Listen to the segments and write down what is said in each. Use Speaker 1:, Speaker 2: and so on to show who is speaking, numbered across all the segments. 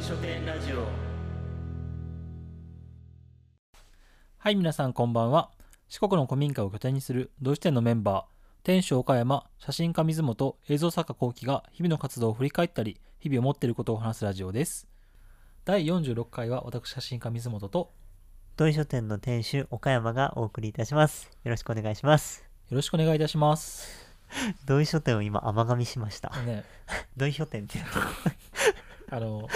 Speaker 1: 書店ラジオ
Speaker 2: はい、皆さんこんばんは。四国の古民家を拠点にする同志店のメンバー、店主岡山、写真家水本、映像作家幸喜が日々の活動を振り返ったり、日々思っていることを話すラジオです。第46回は私、写真家水本と、
Speaker 3: 土井書店の店主岡山がお送りいたしますよろしくお願いします
Speaker 2: よろしくお願いいたします。
Speaker 3: 土井書店を今甘噛みしました
Speaker 2: ね、
Speaker 3: 土井書店って
Speaker 2: あの、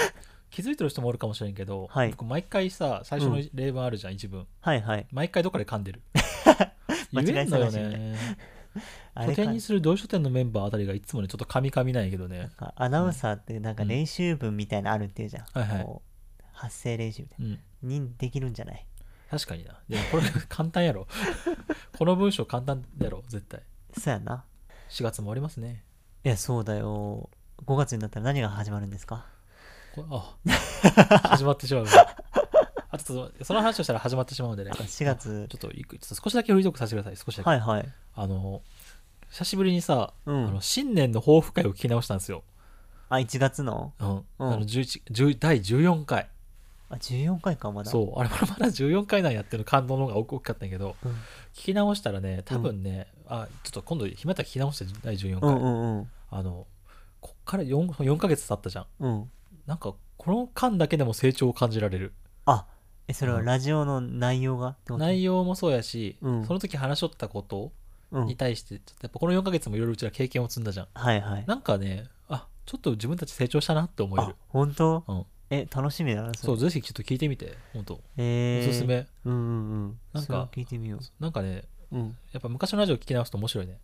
Speaker 2: 気づいてる人もおるかもしれんけど、
Speaker 3: はい
Speaker 2: 僕毎回さ、最初の例文あるじゃん、一文。
Speaker 3: はいはい
Speaker 2: 毎回どっかで噛ん でる。
Speaker 3: 間
Speaker 2: 言え
Speaker 3: 違い
Speaker 2: んのよ
Speaker 3: 探しみたい
Speaker 2: ね。
Speaker 3: あ
Speaker 2: 拠
Speaker 3: れか
Speaker 2: 点にする同志書店のメンバーあたりがいつもね、ちょっと噛み噛みないけどね。
Speaker 3: なんかアナウンサーってなんか
Speaker 2: うん
Speaker 3: 練習文みたいなのあるっていうじゃん、
Speaker 2: はいはい
Speaker 3: こう発声練習みたい
Speaker 2: うん。
Speaker 3: なにできるんじゃない
Speaker 2: 確かにな。でもこれ簡単やろ。 この文章簡単やろ、絶対。
Speaker 3: そうやな
Speaker 2: 4月も終わりますね。
Speaker 3: いやそうだよ5月になったら何が始まるんですか
Speaker 2: こあ始まってしまう。あ、ちょっとその話をしたら始まってしまうのでね。
Speaker 3: 4月
Speaker 2: ちょっといくちょっと少しだけフリートークさせてください、少しだけ。
Speaker 3: はいはい
Speaker 2: あの、久しぶりにさ、
Speaker 3: うん
Speaker 2: あの新年の抱負会を聞き直したんですよ。
Speaker 3: あ1月の
Speaker 2: うん。あの11 10第14回。
Speaker 3: あ14回かまだ
Speaker 2: そう、あれ、まだまだ14回なんやっていうの感動の方が大きかったんやけど、
Speaker 3: うん
Speaker 2: 聞き直したらね、多分ね、あ、ちょっと今度、暇やったら聞き直して、第14
Speaker 3: う
Speaker 2: 回。
Speaker 3: んうんうん
Speaker 2: あのこっから 4, 4ヶ月経ったじゃん
Speaker 3: うん
Speaker 2: なんかこの間だけでも成長を感じられる
Speaker 3: あえそれはラジオの内容がってこと
Speaker 2: 内容もそうやし、
Speaker 3: うん
Speaker 2: その時話しとったこと
Speaker 3: うん
Speaker 2: に対してちょっとやっぱこの4ヶ月もいろいろうちら経験を積んだじゃん
Speaker 3: はいはい
Speaker 2: なんかねあちょっと自分たち成長したなって思え
Speaker 3: あ
Speaker 2: る、
Speaker 3: 本当
Speaker 2: うん、
Speaker 3: え、楽しみだな、そ
Speaker 2: そ
Speaker 3: れ。
Speaker 2: うぜひちょっと聞いてみて本当
Speaker 3: え
Speaker 2: お
Speaker 3: ー
Speaker 2: すす。め
Speaker 3: うんうんうん。
Speaker 2: なんか
Speaker 3: それは聞いてみよ
Speaker 2: なんかね
Speaker 3: う。うん。
Speaker 2: やっぱ昔のラジオ聞き直すと面白 いね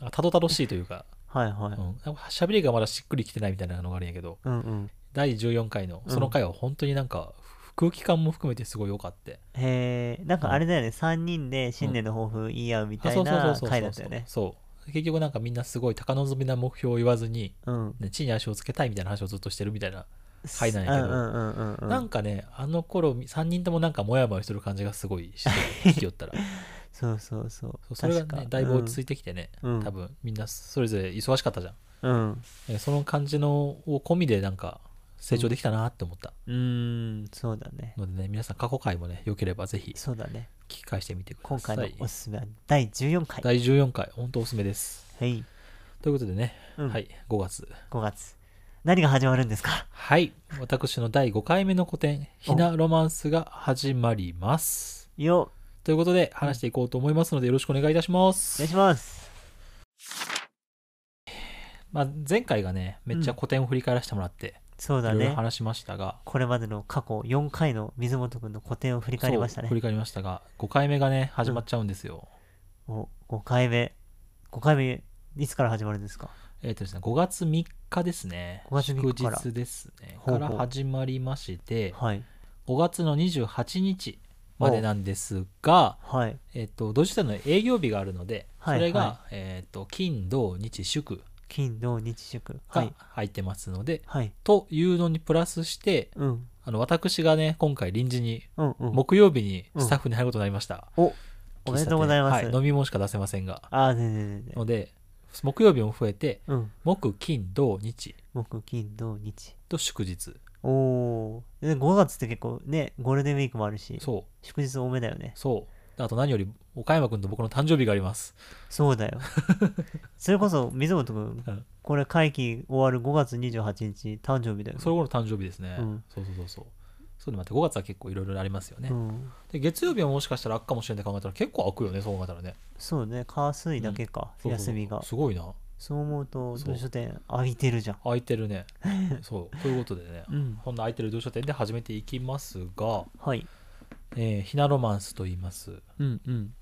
Speaker 2: あたどたどしいというか、
Speaker 3: はいは
Speaker 2: う
Speaker 3: い。
Speaker 2: ん、しゃべりがまだしっくりきてないみたいなのがあるんやけど
Speaker 3: うんうん。
Speaker 2: 第14回のその回は本当になんか空気感も含めてすごい良かった
Speaker 3: へえ、なんかあれだよね、3人で新年の抱負言い合うみ
Speaker 2: あ
Speaker 3: た
Speaker 2: そ
Speaker 3: いう
Speaker 2: そうそう
Speaker 3: な
Speaker 2: そう
Speaker 3: 回だったよね。
Speaker 2: そう結局なんかみんなすごい高望みな目標を言わずに、
Speaker 3: うん。
Speaker 2: ね、地に足をつけたいみたいな話をずっとしてるみたいな、回なんやけど
Speaker 3: うんうんうんうん。
Speaker 2: なんかねあの頃3人ともなんかモヤモヤしてる感じがすごいしてる聞き よったら
Speaker 3: そうそうそう
Speaker 2: そう。それ
Speaker 3: 確
Speaker 2: が
Speaker 3: か
Speaker 2: ねだいぶ落ち着いてきてね、
Speaker 3: うん
Speaker 2: 多分みんなそれぞれ忙しかったじゃん
Speaker 3: うん。うん
Speaker 2: えその感じのを込みでなんか成長できたなって思った
Speaker 3: うーん、そうだね。
Speaker 2: のでね、皆さん過去回もね良ければぜひ聞
Speaker 3: そうだね。
Speaker 2: き返してみてくだ
Speaker 3: 今
Speaker 2: さ
Speaker 3: 回の
Speaker 2: い
Speaker 3: おすすめは第14回。
Speaker 2: 第14回本当おすすめです
Speaker 3: はい。
Speaker 2: ということでね、
Speaker 3: うん
Speaker 2: はい5月
Speaker 3: 5月。何が始まるんですか
Speaker 2: はい私の第5回目の古典「ひなロマンス」が始まります
Speaker 3: よ、
Speaker 2: ということで話していこうと思いますのでよろしくお願いいたしま
Speaker 3: お
Speaker 2: す、
Speaker 3: 願いします。
Speaker 2: まあ、前回がねめっちゃ古典を振り返らせてもらって、
Speaker 3: そう
Speaker 2: い
Speaker 3: だ
Speaker 2: ろいろ
Speaker 3: ね。
Speaker 2: 話しましたが
Speaker 3: これまでの過去4回の水本くんの個展を振り返りました
Speaker 2: そう
Speaker 3: ね
Speaker 2: 振。り返りましたが5回目がね始まっちゃうんですよ、
Speaker 3: お、5回目。5回目、いつから始まるんですか
Speaker 2: えっ、とですね5月3日ですね
Speaker 3: 5月3日から
Speaker 2: 祝日ですね
Speaker 3: ほうほう
Speaker 2: から始まりまして
Speaker 3: はい。
Speaker 2: 5月の28日までなんですが、
Speaker 3: はい。
Speaker 2: えっと、同時店の営業日があるので、
Speaker 3: はい
Speaker 2: それが、
Speaker 3: は
Speaker 2: えっと、金、土、日、祝
Speaker 3: 金、土、日、祝。は
Speaker 2: が
Speaker 3: い。
Speaker 2: 入ってますので、
Speaker 3: はい。
Speaker 2: というのにプラスして、
Speaker 3: うん。
Speaker 2: あの、私がね、今回臨時に、
Speaker 3: うんうん。
Speaker 2: 木曜日にスタッフに入ることになりました。
Speaker 3: お、おめでとうございます。
Speaker 2: はい、飲み物しか出せませんが。
Speaker 3: ああ、全然全然。
Speaker 2: ので、木曜日も増えて、
Speaker 3: うん。
Speaker 2: 木、金、土、日
Speaker 3: 木、金、土、日。
Speaker 2: と祝日。
Speaker 3: おお。で5月って結構ね、ゴールデンウィークもあるし、
Speaker 2: そう、
Speaker 3: 祝日多めだよね。
Speaker 2: そう。あと何より、岡山君と僕の誕生日があります。
Speaker 3: そうだ よ。それこそ、水本くん
Speaker 2: うん、
Speaker 3: これ会期終わる5月28日、誕生日だよね。
Speaker 2: それ頃の誕生日ですね。
Speaker 3: うん
Speaker 2: そうそうそうそう。そうで待って、5月は結構いろいろありますよね。
Speaker 3: うん。
Speaker 2: で月曜日はもしかしたら開くかもしれないって考えたら結構開くよねそう考えたらね
Speaker 3: そうね、火水だけか、
Speaker 2: そうそうそう
Speaker 3: 休みが。
Speaker 2: すごいな
Speaker 3: そう思うと、
Speaker 2: そう
Speaker 3: 図書店空いてるじゃん。
Speaker 2: 開い てるねそうということでね、
Speaker 3: うん。
Speaker 2: こんな開いてる同書店で始めていきますが、
Speaker 3: はい。
Speaker 2: えー、ひなロマンスと言います
Speaker 3: うんうん。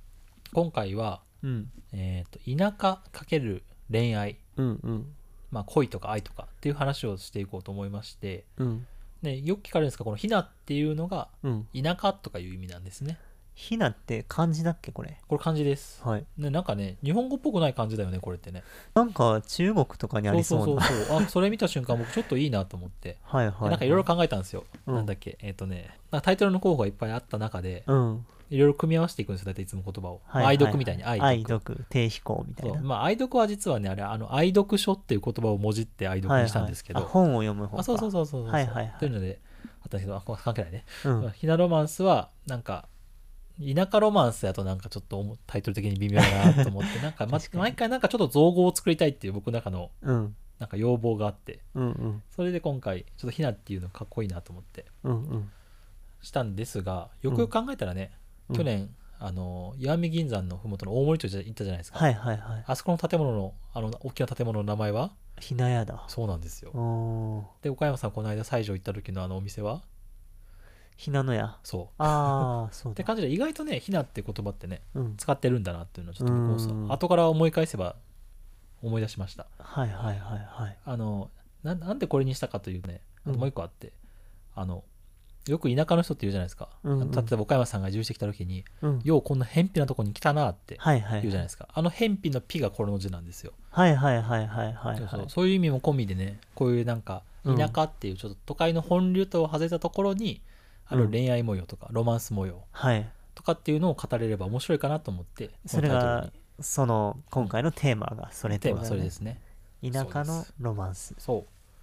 Speaker 2: 今回は、
Speaker 3: うん
Speaker 2: えー、と田舎×恋愛、
Speaker 3: うんうん。
Speaker 2: まあ、恋とか愛とかっていう話をしていこうと思いまして、
Speaker 3: うん
Speaker 2: ね、よく聞かれるんですがこの「ひな」っていうのが
Speaker 3: うん。
Speaker 2: 田舎とかいう意味なんですね
Speaker 3: ひなって漢字だっけこれ。
Speaker 2: これ漢字です、
Speaker 3: はい。
Speaker 2: ね、なんかね日本語っぽくない漢字だよねこれってね
Speaker 3: なんか中国とかにありそうな。
Speaker 2: そうそうそうそうあそれ見た瞬間僕ちょっといいなと思って
Speaker 3: はいはい。
Speaker 2: なんかいろいろ考えたんですよ。
Speaker 3: うん
Speaker 2: なんだっけ、えっ、とね、なんかタイトルの候補がいっぱいあった中で、
Speaker 3: うん。
Speaker 2: いろいろ組み合わせていくんですよ大体いつも言葉を、
Speaker 3: はい
Speaker 2: 愛読みたいに愛読
Speaker 3: 愛読低飛行みたい
Speaker 2: そう
Speaker 3: な、
Speaker 2: まあ愛読は実はねあれあの愛読書っていう言葉をもじって愛読にしたんですけ
Speaker 3: は
Speaker 2: ど、
Speaker 3: いはいあ本を読む方
Speaker 2: あそうそう
Speaker 3: う、
Speaker 2: そうそうそう、
Speaker 3: はいはいはい
Speaker 2: というのであったんですけどあこれ関係ないね、
Speaker 3: うん、
Speaker 2: ひなロマンスはなんか田舎ロマンスやとなんかちょっと思タイトル的に微妙だなと思ってなんか,、ま
Speaker 3: 確かに
Speaker 2: 毎回なんかちょっと造語を作りたいっていう僕の中の
Speaker 3: うん
Speaker 2: なんか要望があって
Speaker 3: うんうん
Speaker 2: それで今回ちょっとひなっていうのかっこいいなと思って
Speaker 3: うんうん
Speaker 2: したんですがよくよく考えたらね、
Speaker 3: うん
Speaker 2: 去年あの石見銀山のふもとの大森町行ったじゃないですか、
Speaker 3: はいはいはい
Speaker 2: あそこの建物のあの大きな建物の名前は
Speaker 3: ひなやだ
Speaker 2: そうなんですよ
Speaker 3: おおー
Speaker 2: で岡山さんこの間西条行った時のあのお店は
Speaker 3: ひなのや
Speaker 2: そ
Speaker 3: ああそうう
Speaker 2: って
Speaker 3: だ、
Speaker 2: 感じで意外とね「ひな」って言葉ってね
Speaker 3: うん、
Speaker 2: 使ってるんだなっていうのをちょっと僕もさ
Speaker 3: うん
Speaker 2: 後から思い返せば思い出しました
Speaker 3: はいはいはいはい
Speaker 2: あのななんでこれにしたかというねあと
Speaker 3: うん
Speaker 2: もう一個あって、あのよく田舎の人って言うじゃないですか、
Speaker 3: うんうん
Speaker 2: 例えば岡山さんが移住してきた時に
Speaker 3: うん
Speaker 2: ようこんな偏僻なとこに来たなって
Speaker 3: はいはい
Speaker 2: 言うじゃないですかあの偏僻の「ピ」がこれの字なんですよ、
Speaker 3: はいはいはいはいはい
Speaker 2: そう
Speaker 3: は
Speaker 2: そ
Speaker 3: いう
Speaker 2: そういう意味も込みでねこういうなんか
Speaker 3: うん
Speaker 2: 田舎っていうちょっと都会の本流とを外れたところにあ
Speaker 3: う
Speaker 2: る
Speaker 3: ん
Speaker 2: 恋愛模様とかロマンス模様
Speaker 3: はい
Speaker 2: とかっていうのを語れれば面白いかなと思って
Speaker 3: それ
Speaker 2: このタイト
Speaker 3: がその今回のテーマがそ
Speaker 2: ル
Speaker 3: れ
Speaker 2: に
Speaker 3: って
Speaker 2: テー
Speaker 3: こ
Speaker 2: マ
Speaker 3: と
Speaker 2: そ
Speaker 3: だ
Speaker 2: れ
Speaker 3: ね
Speaker 2: ですね
Speaker 3: 田舎
Speaker 2: そう
Speaker 3: の
Speaker 2: です
Speaker 3: ロマンス
Speaker 2: そ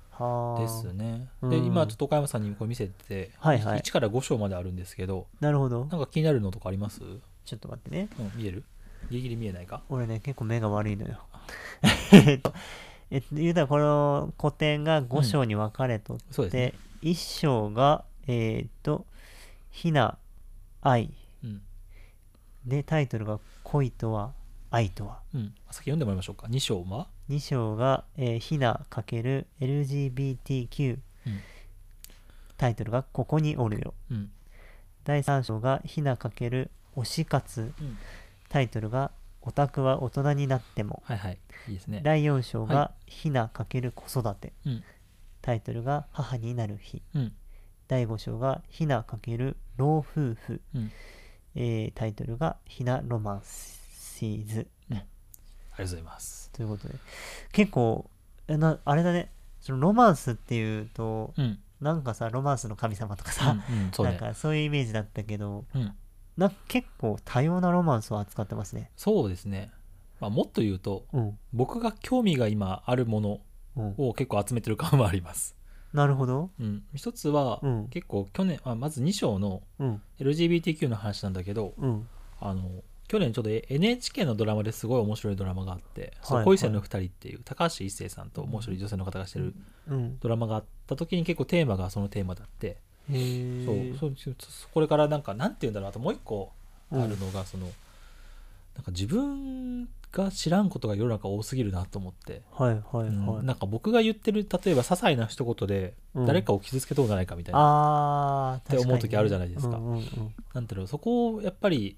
Speaker 3: はあ
Speaker 2: うですね
Speaker 3: うん
Speaker 2: で今ちょっと岡山さんにこれ見せて
Speaker 3: はいはい
Speaker 2: 1から5章まであるんですけど
Speaker 3: なるほど
Speaker 2: なんか気になるのとかありますうん
Speaker 3: ちょっと待ってね
Speaker 2: 見えるギリギリ見えないか
Speaker 3: 俺ね結構目が悪い のよえっとえっと言うたらこの古典が5章に分かれとっ
Speaker 2: そうです
Speaker 3: て
Speaker 2: ね、
Speaker 3: 1章がえーっと「ひな愛
Speaker 2: うん」
Speaker 3: でタイトルが「恋とは愛とは
Speaker 2: うん先読んでもらいましょうか2章は」
Speaker 3: 2章が「えーひな×」LGBTQ
Speaker 2: うん
Speaker 3: タイトルが「ここにおるよ
Speaker 2: うん」
Speaker 3: 第3章が「ひな×推し活
Speaker 2: うん」
Speaker 3: タイトルが「オタクは大人になっても」
Speaker 2: はいはいいいですね
Speaker 3: 第4章が
Speaker 2: は
Speaker 3: 「ひな×子育て」
Speaker 2: うん
Speaker 3: タイトルが「母になる日
Speaker 2: うん」
Speaker 3: 第5章が「ひな×老夫婦
Speaker 2: うん」
Speaker 3: えータイトルが「ひなロマンシーズ
Speaker 2: ありがとうございます」
Speaker 3: ということで結構えなあれだねそのロマンスっていうと
Speaker 2: うん
Speaker 3: なんかさロマンスの神様とか
Speaker 2: う
Speaker 3: さ、
Speaker 2: んうんそう
Speaker 3: なん
Speaker 2: ね
Speaker 3: かそういうイメージだったけど
Speaker 2: うん
Speaker 3: なんか結構多様なロマンスを扱ってますね
Speaker 2: そうですねまあもっと言うと
Speaker 3: うん
Speaker 2: 僕が興味が今あるもの
Speaker 3: うん
Speaker 2: を結構集めてる感はあります
Speaker 3: なるほど
Speaker 2: うん、一つは、
Speaker 3: うん
Speaker 2: 結構去年あまず2章の
Speaker 3: うん
Speaker 2: LGBTQ の話なんだけど
Speaker 3: うん
Speaker 2: あの去年ちょっと NHK のドラマですごい面白いドラマがあって「そう
Speaker 3: はい
Speaker 2: 恋せの二人」っていう高橋一生さんともう一人女性の方がしてる
Speaker 3: うん
Speaker 2: ドラマがあった時に結構テーマがそのテーマだって、
Speaker 3: へえ
Speaker 2: そうそうそうこれからなんかなんて言うんだろうあともう一個あるのが、そのなんか自分が知らんことが世の中多すぎるなと思って、
Speaker 3: はいはいはい、
Speaker 2: うんなんか僕が言ってる例えば些細な一言で
Speaker 3: うん
Speaker 2: 誰かを傷つけとうじゃないかみたいな、
Speaker 3: あー
Speaker 2: って思う
Speaker 3: 確かに
Speaker 2: 時あるじゃないですか
Speaker 3: うんうんうん
Speaker 2: なんていうのそこをやっぱり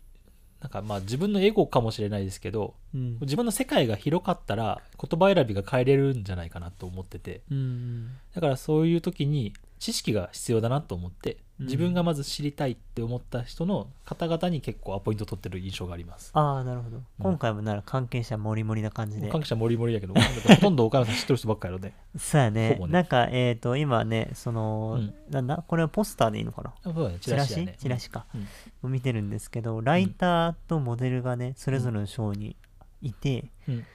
Speaker 2: なんかまあ自分のエゴかもしれないですけど
Speaker 3: うん
Speaker 2: 自分の世界が広かったら言葉選びが変えれるんじゃないかなと思ってて
Speaker 3: うん
Speaker 2: だからそういう時に知識が必要だなと思って
Speaker 3: うん
Speaker 2: 自分がまず知りたいって思った人の方々に結構アポイント取ってる印象があります
Speaker 3: ああなるほど、今回もなら関係者もりもりな感じで
Speaker 2: 関係者もりもりだけどなんかほとんど岡山さん知ってる人ばっかりやろね
Speaker 3: そうやね
Speaker 2: ほぼね
Speaker 3: なんかえっ、と今ねその、なんだこれはポスターでいいのかな
Speaker 2: あそうだねチ
Speaker 3: チ
Speaker 2: ラ
Speaker 3: ラ
Speaker 2: シや
Speaker 3: シ
Speaker 2: ね
Speaker 3: チラシか、
Speaker 2: うん
Speaker 3: を見てるんですけどライターとモデルがねそれぞれの章にいて、
Speaker 2: うん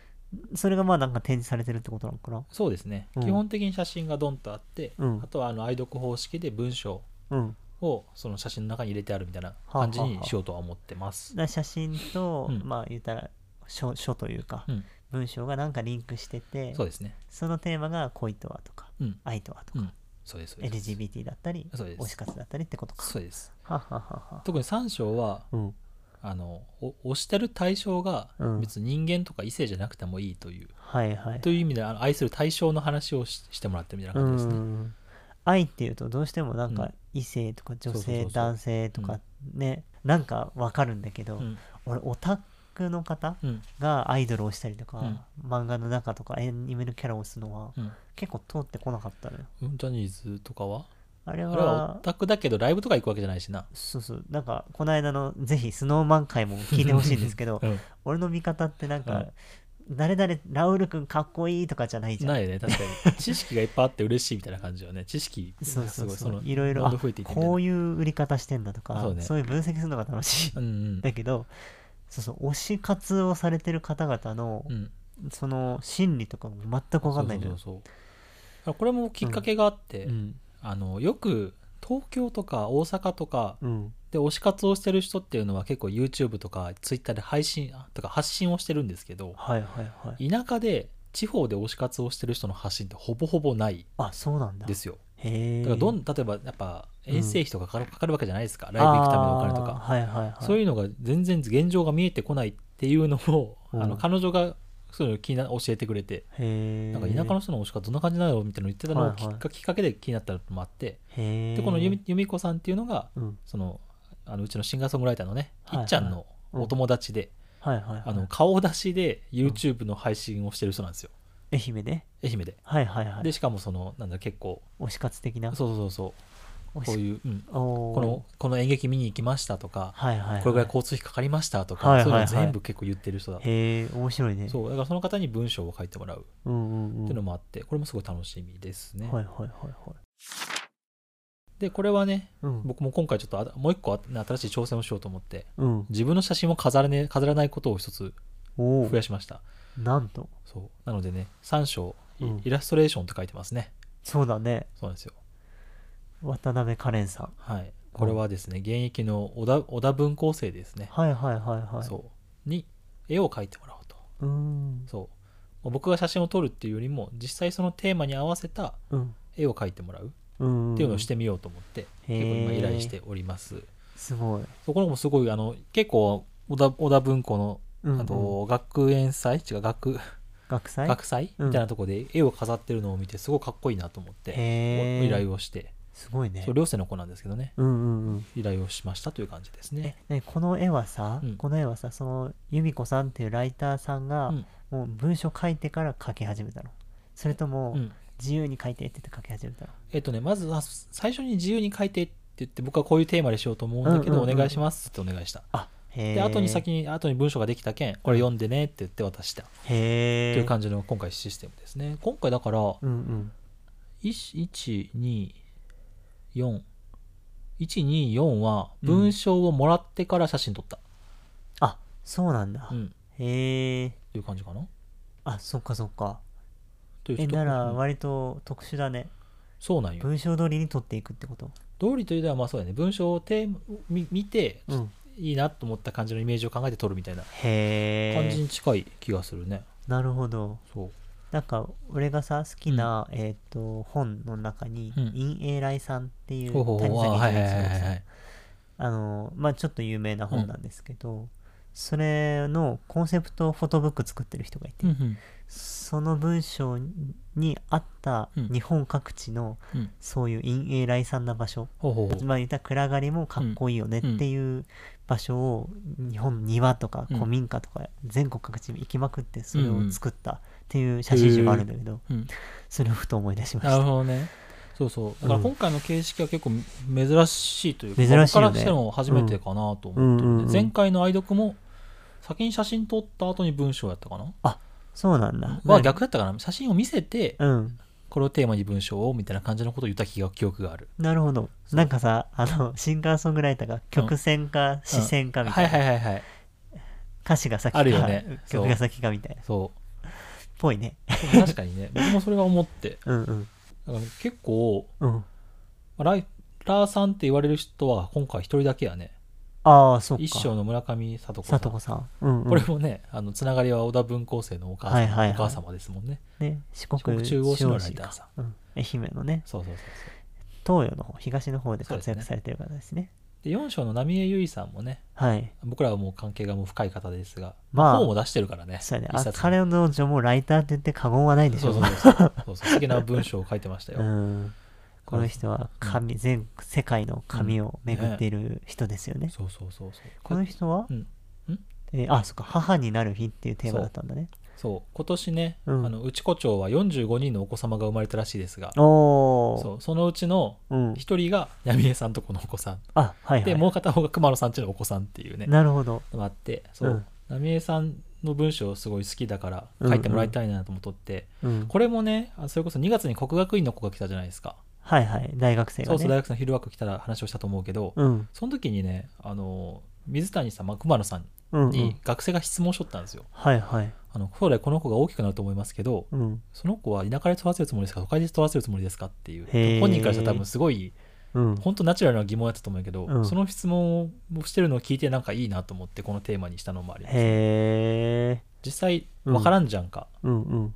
Speaker 3: それがまあなんか展示されてるってことなのかな
Speaker 2: そうですね、
Speaker 3: うん
Speaker 2: 基本的に写真がドンとあって、
Speaker 3: うん
Speaker 2: あとはあの愛読方式で文章
Speaker 3: うん
Speaker 2: をその写真の中に入れてあるみたいな感じ
Speaker 3: はあは
Speaker 2: に
Speaker 3: あ
Speaker 2: しようとは思ってます。
Speaker 3: だ写真と、
Speaker 2: うん
Speaker 3: まあ言ったら書書というか、
Speaker 2: うん、
Speaker 3: 文章がなんかリンクしてて
Speaker 2: そうですね。
Speaker 3: そのテーマが恋とはとか
Speaker 2: うん、
Speaker 3: 愛とはと
Speaker 2: う
Speaker 3: か、
Speaker 2: ん、そうです。そうです
Speaker 3: LGBT だったり
Speaker 2: そうです
Speaker 3: 推し活だったりってことか
Speaker 2: そうです。
Speaker 3: はははは
Speaker 2: 特に3章は
Speaker 3: うん
Speaker 2: あのお推してる対象が
Speaker 3: うん
Speaker 2: 別に人間とか異性じゃなくてもいいという、
Speaker 3: はいはい
Speaker 2: という意味であの愛する対象の話をししてもらってるみたいな
Speaker 3: う
Speaker 2: 感じですね。
Speaker 3: ん愛っていうとどうしてもなん
Speaker 2: う
Speaker 3: か
Speaker 2: ん
Speaker 3: 異性とか女
Speaker 2: そうそうそう
Speaker 3: 性
Speaker 2: そう
Speaker 3: 男性とかねなんかわかるんだけど、
Speaker 2: うん
Speaker 3: 俺オタクの方
Speaker 2: うん
Speaker 3: がアイドルをしたりとか、漫画の中とかアニメのキャラを押すのは
Speaker 2: うん
Speaker 3: 結構通ってこなかったのよ
Speaker 2: うんジャニーズとかは
Speaker 3: あれ
Speaker 2: あれはオ
Speaker 3: は
Speaker 2: タクだけどライブとか行くわけじゃないしな。
Speaker 3: そうそうなんかこの間のぜひスノーマン回も聞いてほしいんですけど
Speaker 2: うん
Speaker 3: 俺の見方ってなんか、誰々ラウール君かっこいいとかじゃないじゃん
Speaker 2: ないよね確か に知識がいっぱいあって嬉しいみたいな感じよね知識がす
Speaker 3: そ
Speaker 2: ご
Speaker 3: う
Speaker 2: い
Speaker 3: そ
Speaker 2: そう
Speaker 3: そう
Speaker 2: の
Speaker 3: いろいろ
Speaker 2: どんど
Speaker 3: あ
Speaker 2: ん増えていってみたい
Speaker 3: こ
Speaker 2: な
Speaker 3: ういう売り方してんだとか
Speaker 2: そ
Speaker 3: そうう,、
Speaker 2: ね
Speaker 3: いう分析するのが楽しい
Speaker 2: うん
Speaker 3: だけどそうそう推し活をされてる方々の
Speaker 2: うん、うん、
Speaker 3: その心理とかも全く分かんないの
Speaker 2: そう
Speaker 3: よ
Speaker 2: そうそうそうこれもきっかけがあって、
Speaker 3: うん
Speaker 2: あのよく東京とか大阪とか
Speaker 3: うん
Speaker 2: で推し活をしてる人っていうのは結構 YouTube とか Twitter で配信あとか発信をしてるんですけど
Speaker 3: はいはいはい
Speaker 2: 田舎で地方で推し活をしてる人の発信ってほぼほぼない
Speaker 3: あそうなんだ
Speaker 2: ですよ
Speaker 3: へえ
Speaker 2: だからどん例えばやっぱ遠征費とかかかる,、かかるわけじゃないですかライブ行くためのお金とか、
Speaker 3: はいはいはい
Speaker 2: そういうのが全然現状が見えてこないっていうのを、
Speaker 3: うん
Speaker 2: あの彼女がそういうのを気にな教えてくれて、
Speaker 3: へえ
Speaker 2: なんか田舎の人の推し活どんな感じなのみたいなのを言ってたのをきっか,、
Speaker 3: はいはい
Speaker 2: きっかけで気になったのもあって、
Speaker 3: へえ
Speaker 2: でこの由美由美子さんっていうのが
Speaker 3: うん
Speaker 2: そのあのうちのシンガーソングライターのね、
Speaker 3: はいはい
Speaker 2: いっちゃんのお友達で、
Speaker 3: はいはいはい
Speaker 2: あの顔出しで YouTube の配信をしてる人なんですよ、
Speaker 3: 愛媛で
Speaker 2: 愛媛で。
Speaker 3: はいはいはい
Speaker 2: でしかもそのなんだ結構
Speaker 3: 推し活的な
Speaker 2: そうそうそうそう
Speaker 3: 推
Speaker 2: こう
Speaker 3: し
Speaker 2: いう、うん、
Speaker 3: おー
Speaker 2: このこの演劇見に行きましたとか、
Speaker 3: はいはいはい
Speaker 2: これぐらい交通費かかりましたとか、
Speaker 3: はい
Speaker 2: そういう
Speaker 3: はいは
Speaker 2: の
Speaker 3: い
Speaker 2: 全部結構言ってる人だった、
Speaker 3: へえ面白いね
Speaker 2: そうだからその方に文章を書いてもらうっ
Speaker 3: うんうんうん
Speaker 2: ていうのもあってこれもすごい楽しみですね、
Speaker 3: はいはいはいはい
Speaker 2: でこれはね
Speaker 3: うん
Speaker 2: 僕も今回ちょっとあもう一個あ新しい挑戦をしようと思って
Speaker 3: うん
Speaker 2: 自分の写真を飾ら,、ね、飾らないことを一つ
Speaker 3: お
Speaker 2: 増
Speaker 3: お
Speaker 2: やしました
Speaker 3: なんと
Speaker 2: そうなのでね3章イ,、
Speaker 3: うん
Speaker 2: ラストレーションって書いてますね
Speaker 3: そうだね
Speaker 2: そうなんですよ
Speaker 3: 渡辺カレンさん
Speaker 2: はいこれはですね現役の小田小田文校生ですね、
Speaker 3: はいはいはいはい
Speaker 2: そうに絵を描いてもらおうと
Speaker 3: うーん
Speaker 2: そう僕が写真を撮るっていうよりも実際そのテーマに合わせた
Speaker 3: うん
Speaker 2: 絵を描いてもらうっ
Speaker 3: うん
Speaker 2: ていうのをしてみようと思って、
Speaker 3: うん
Speaker 2: 結構今
Speaker 3: へー
Speaker 2: 依頼しております
Speaker 3: すごい
Speaker 2: そこのもすごいあの結構小田小田文庫の
Speaker 3: うんうん
Speaker 2: あと学園祭違う学
Speaker 3: 学祭
Speaker 2: 学祭
Speaker 3: うん
Speaker 2: みたいなところで絵を飾ってるのを見てすごいかっこいいなと思って
Speaker 3: へー
Speaker 2: 依頼をして
Speaker 3: すごいね
Speaker 2: そう寮生の子なんですけどね
Speaker 3: うんうんうん
Speaker 2: 依頼をしましたという感じですね
Speaker 3: えねこの絵はさ、
Speaker 2: うん
Speaker 3: この絵はさその由美子さんっていうライターさんが、
Speaker 2: うん
Speaker 3: もう文章書いてから書き始めたのそれとも、
Speaker 2: うん
Speaker 3: 自由に書いてって言って書き始めたの
Speaker 2: えっとねまずは最初に自由に描いてって言って僕はこういうテーマでしようと思うんだけど
Speaker 3: う
Speaker 2: お
Speaker 3: んうんうん
Speaker 2: 願いしますってお願いした
Speaker 3: あへえ
Speaker 2: で後に先に後に文章ができたけんこれ読んでねって言って渡したと
Speaker 3: へえ
Speaker 2: いう感じの今回システムですね今回だから
Speaker 3: うんうん
Speaker 2: 124124は文章をもらってから写真撮った、
Speaker 3: あそうなんだ、
Speaker 2: うん
Speaker 3: へえ
Speaker 2: という感じかな
Speaker 3: あそっかそっか
Speaker 2: というちょ
Speaker 3: え
Speaker 2: っと
Speaker 3: なら
Speaker 2: うん
Speaker 3: 割と特殊だね
Speaker 2: そうなんよ
Speaker 3: 文章通りに取っていくってこと
Speaker 2: 道理というのはまあそうだね文章をテーマみ見て
Speaker 3: うん
Speaker 2: いいなと思った感じのイメージを考えて撮るみたいな
Speaker 3: へえ
Speaker 2: 感じに近い気がするね、
Speaker 3: なるほど
Speaker 2: そう
Speaker 3: なんか俺がさ好きな、えっ、と本の中に
Speaker 2: うん
Speaker 3: 陰影来さんっていう
Speaker 2: ほうほうほう
Speaker 3: 谷崎
Speaker 2: あはいはい
Speaker 3: 潤一郎
Speaker 2: はいはい
Speaker 3: さ
Speaker 2: は
Speaker 3: ん
Speaker 2: い
Speaker 3: あのまあちょっと有名な本なんですけど、それのコンセプトフォトブック作ってる人がいて、
Speaker 2: うんうん
Speaker 3: その文章に合った
Speaker 2: うん
Speaker 3: 日本各地の
Speaker 2: うん
Speaker 3: そういう陰影来産な場所、
Speaker 2: ほうほうほう
Speaker 3: まあ言ったら暗がりもかっこいいよねっていう場所を日本庭とか
Speaker 2: うん
Speaker 3: 古民家とか全国各地に行きまくってそれを作ったっていう写真集があるんだけど、
Speaker 2: うん
Speaker 3: それをふと思い出しまし
Speaker 2: なる
Speaker 3: た。
Speaker 2: ほどね。そうそう。だから
Speaker 3: うん
Speaker 2: 今回の形式は結構珍しいというか、
Speaker 3: 珍しいよね
Speaker 2: 僕からしても初めてかなと思ってるんで、
Speaker 3: うんうんうん
Speaker 2: 前回の愛読も先に写真撮った後に文章やったかな、
Speaker 3: そうなんだ。
Speaker 2: は逆だったかな写真を見せて、
Speaker 3: うん。
Speaker 2: これをテーマに文章をみたいな感じのことを言った気が記憶がある。
Speaker 3: なるほど。なんかさ、あの、シンガーソングライターが曲線か視線かみた
Speaker 2: はいい
Speaker 3: な、
Speaker 2: はいはいはい。
Speaker 3: 歌詞が先か、
Speaker 2: あるよねそう
Speaker 3: 曲が先かみたいな。
Speaker 2: そ
Speaker 3: ぽいね。
Speaker 2: う。確かにね、 僕もそれは思って。
Speaker 3: うんうん。
Speaker 2: だから結構、
Speaker 3: うん。
Speaker 2: ライラーさんって言われる人は今回一人だけやね。
Speaker 3: ああ、そっか。
Speaker 2: 一生の村上聡子さ
Speaker 3: さ
Speaker 2: ん。
Speaker 3: とこさん。うん、うん。
Speaker 2: これもね、あのつながりは小田文校生のお母さん、
Speaker 3: はいはいはい
Speaker 2: お母様ですもんね。
Speaker 3: ね、四国
Speaker 2: 四国中央市のライターさん
Speaker 3: ん。うん。愛媛のね、
Speaker 2: そうそうそうそう
Speaker 3: 東洋の方、東の方で活
Speaker 2: そうで
Speaker 3: 躍
Speaker 2: すね
Speaker 3: されてる方ですね。
Speaker 2: で4章の浪江結衣さんもね
Speaker 3: はい。
Speaker 2: 僕らはもう関係がもう深い方ですが、
Speaker 3: まあ
Speaker 2: 本を出してるからね
Speaker 3: そうやね。
Speaker 2: 一
Speaker 3: あ、
Speaker 2: 冊
Speaker 3: 彼の女もライターって言って過言はないでし
Speaker 2: そ
Speaker 3: ょ
Speaker 2: うそうそうそうそうそう素敵な文章を書いてましたよ、
Speaker 3: うん。この人は神、全世界の神を巡っている人ですよね。
Speaker 2: そうそうそうそう
Speaker 3: この人は、
Speaker 2: うん
Speaker 3: えーあ、そっか、母になる日っていうテーマだったんだね。
Speaker 2: そう今年ね、
Speaker 3: うん
Speaker 2: あの内子町は45人のお子様が生まれたらしいですが
Speaker 3: おお。
Speaker 2: そうそのうちの
Speaker 3: うん。
Speaker 2: 一人が浪江さんとこのお子さん
Speaker 3: あ、はいはい。
Speaker 2: でもう片方が熊野さんちのお子さんっていうね
Speaker 3: なるほど。
Speaker 2: のがあってそう、
Speaker 3: うん
Speaker 2: 浪江さんの文章すごい好きだから書いてもらいたいなと思っとって、
Speaker 3: うん、
Speaker 2: これもねあそれこそ2月に国学院の子が来たじゃないですか、
Speaker 3: はいはい大学生が
Speaker 2: そう
Speaker 3: ね
Speaker 2: そう大学生の昼枠来たら話をしたと思うけど、
Speaker 3: うん
Speaker 2: その時にねあの水谷さん、まあ熊野さん
Speaker 3: うんうん
Speaker 2: に学生が質問しとったんですよ、
Speaker 3: はいはい
Speaker 2: あの将来この子が大きくなると思いますけど
Speaker 3: うん
Speaker 2: その子は田舎で育てるつもりですか都会で育てるつもりですかっていう
Speaker 3: へー
Speaker 2: 本人からしたら多分すごい
Speaker 3: うん
Speaker 2: 本当ナチュラルな疑問やったと思うけど、
Speaker 3: うん
Speaker 2: その質問をしてるのを聞いてなんかいいなと思ってこのテーマにしたのもあります
Speaker 3: へえ
Speaker 2: 実際
Speaker 3: うん
Speaker 2: 分からんじゃんか、
Speaker 3: うんうん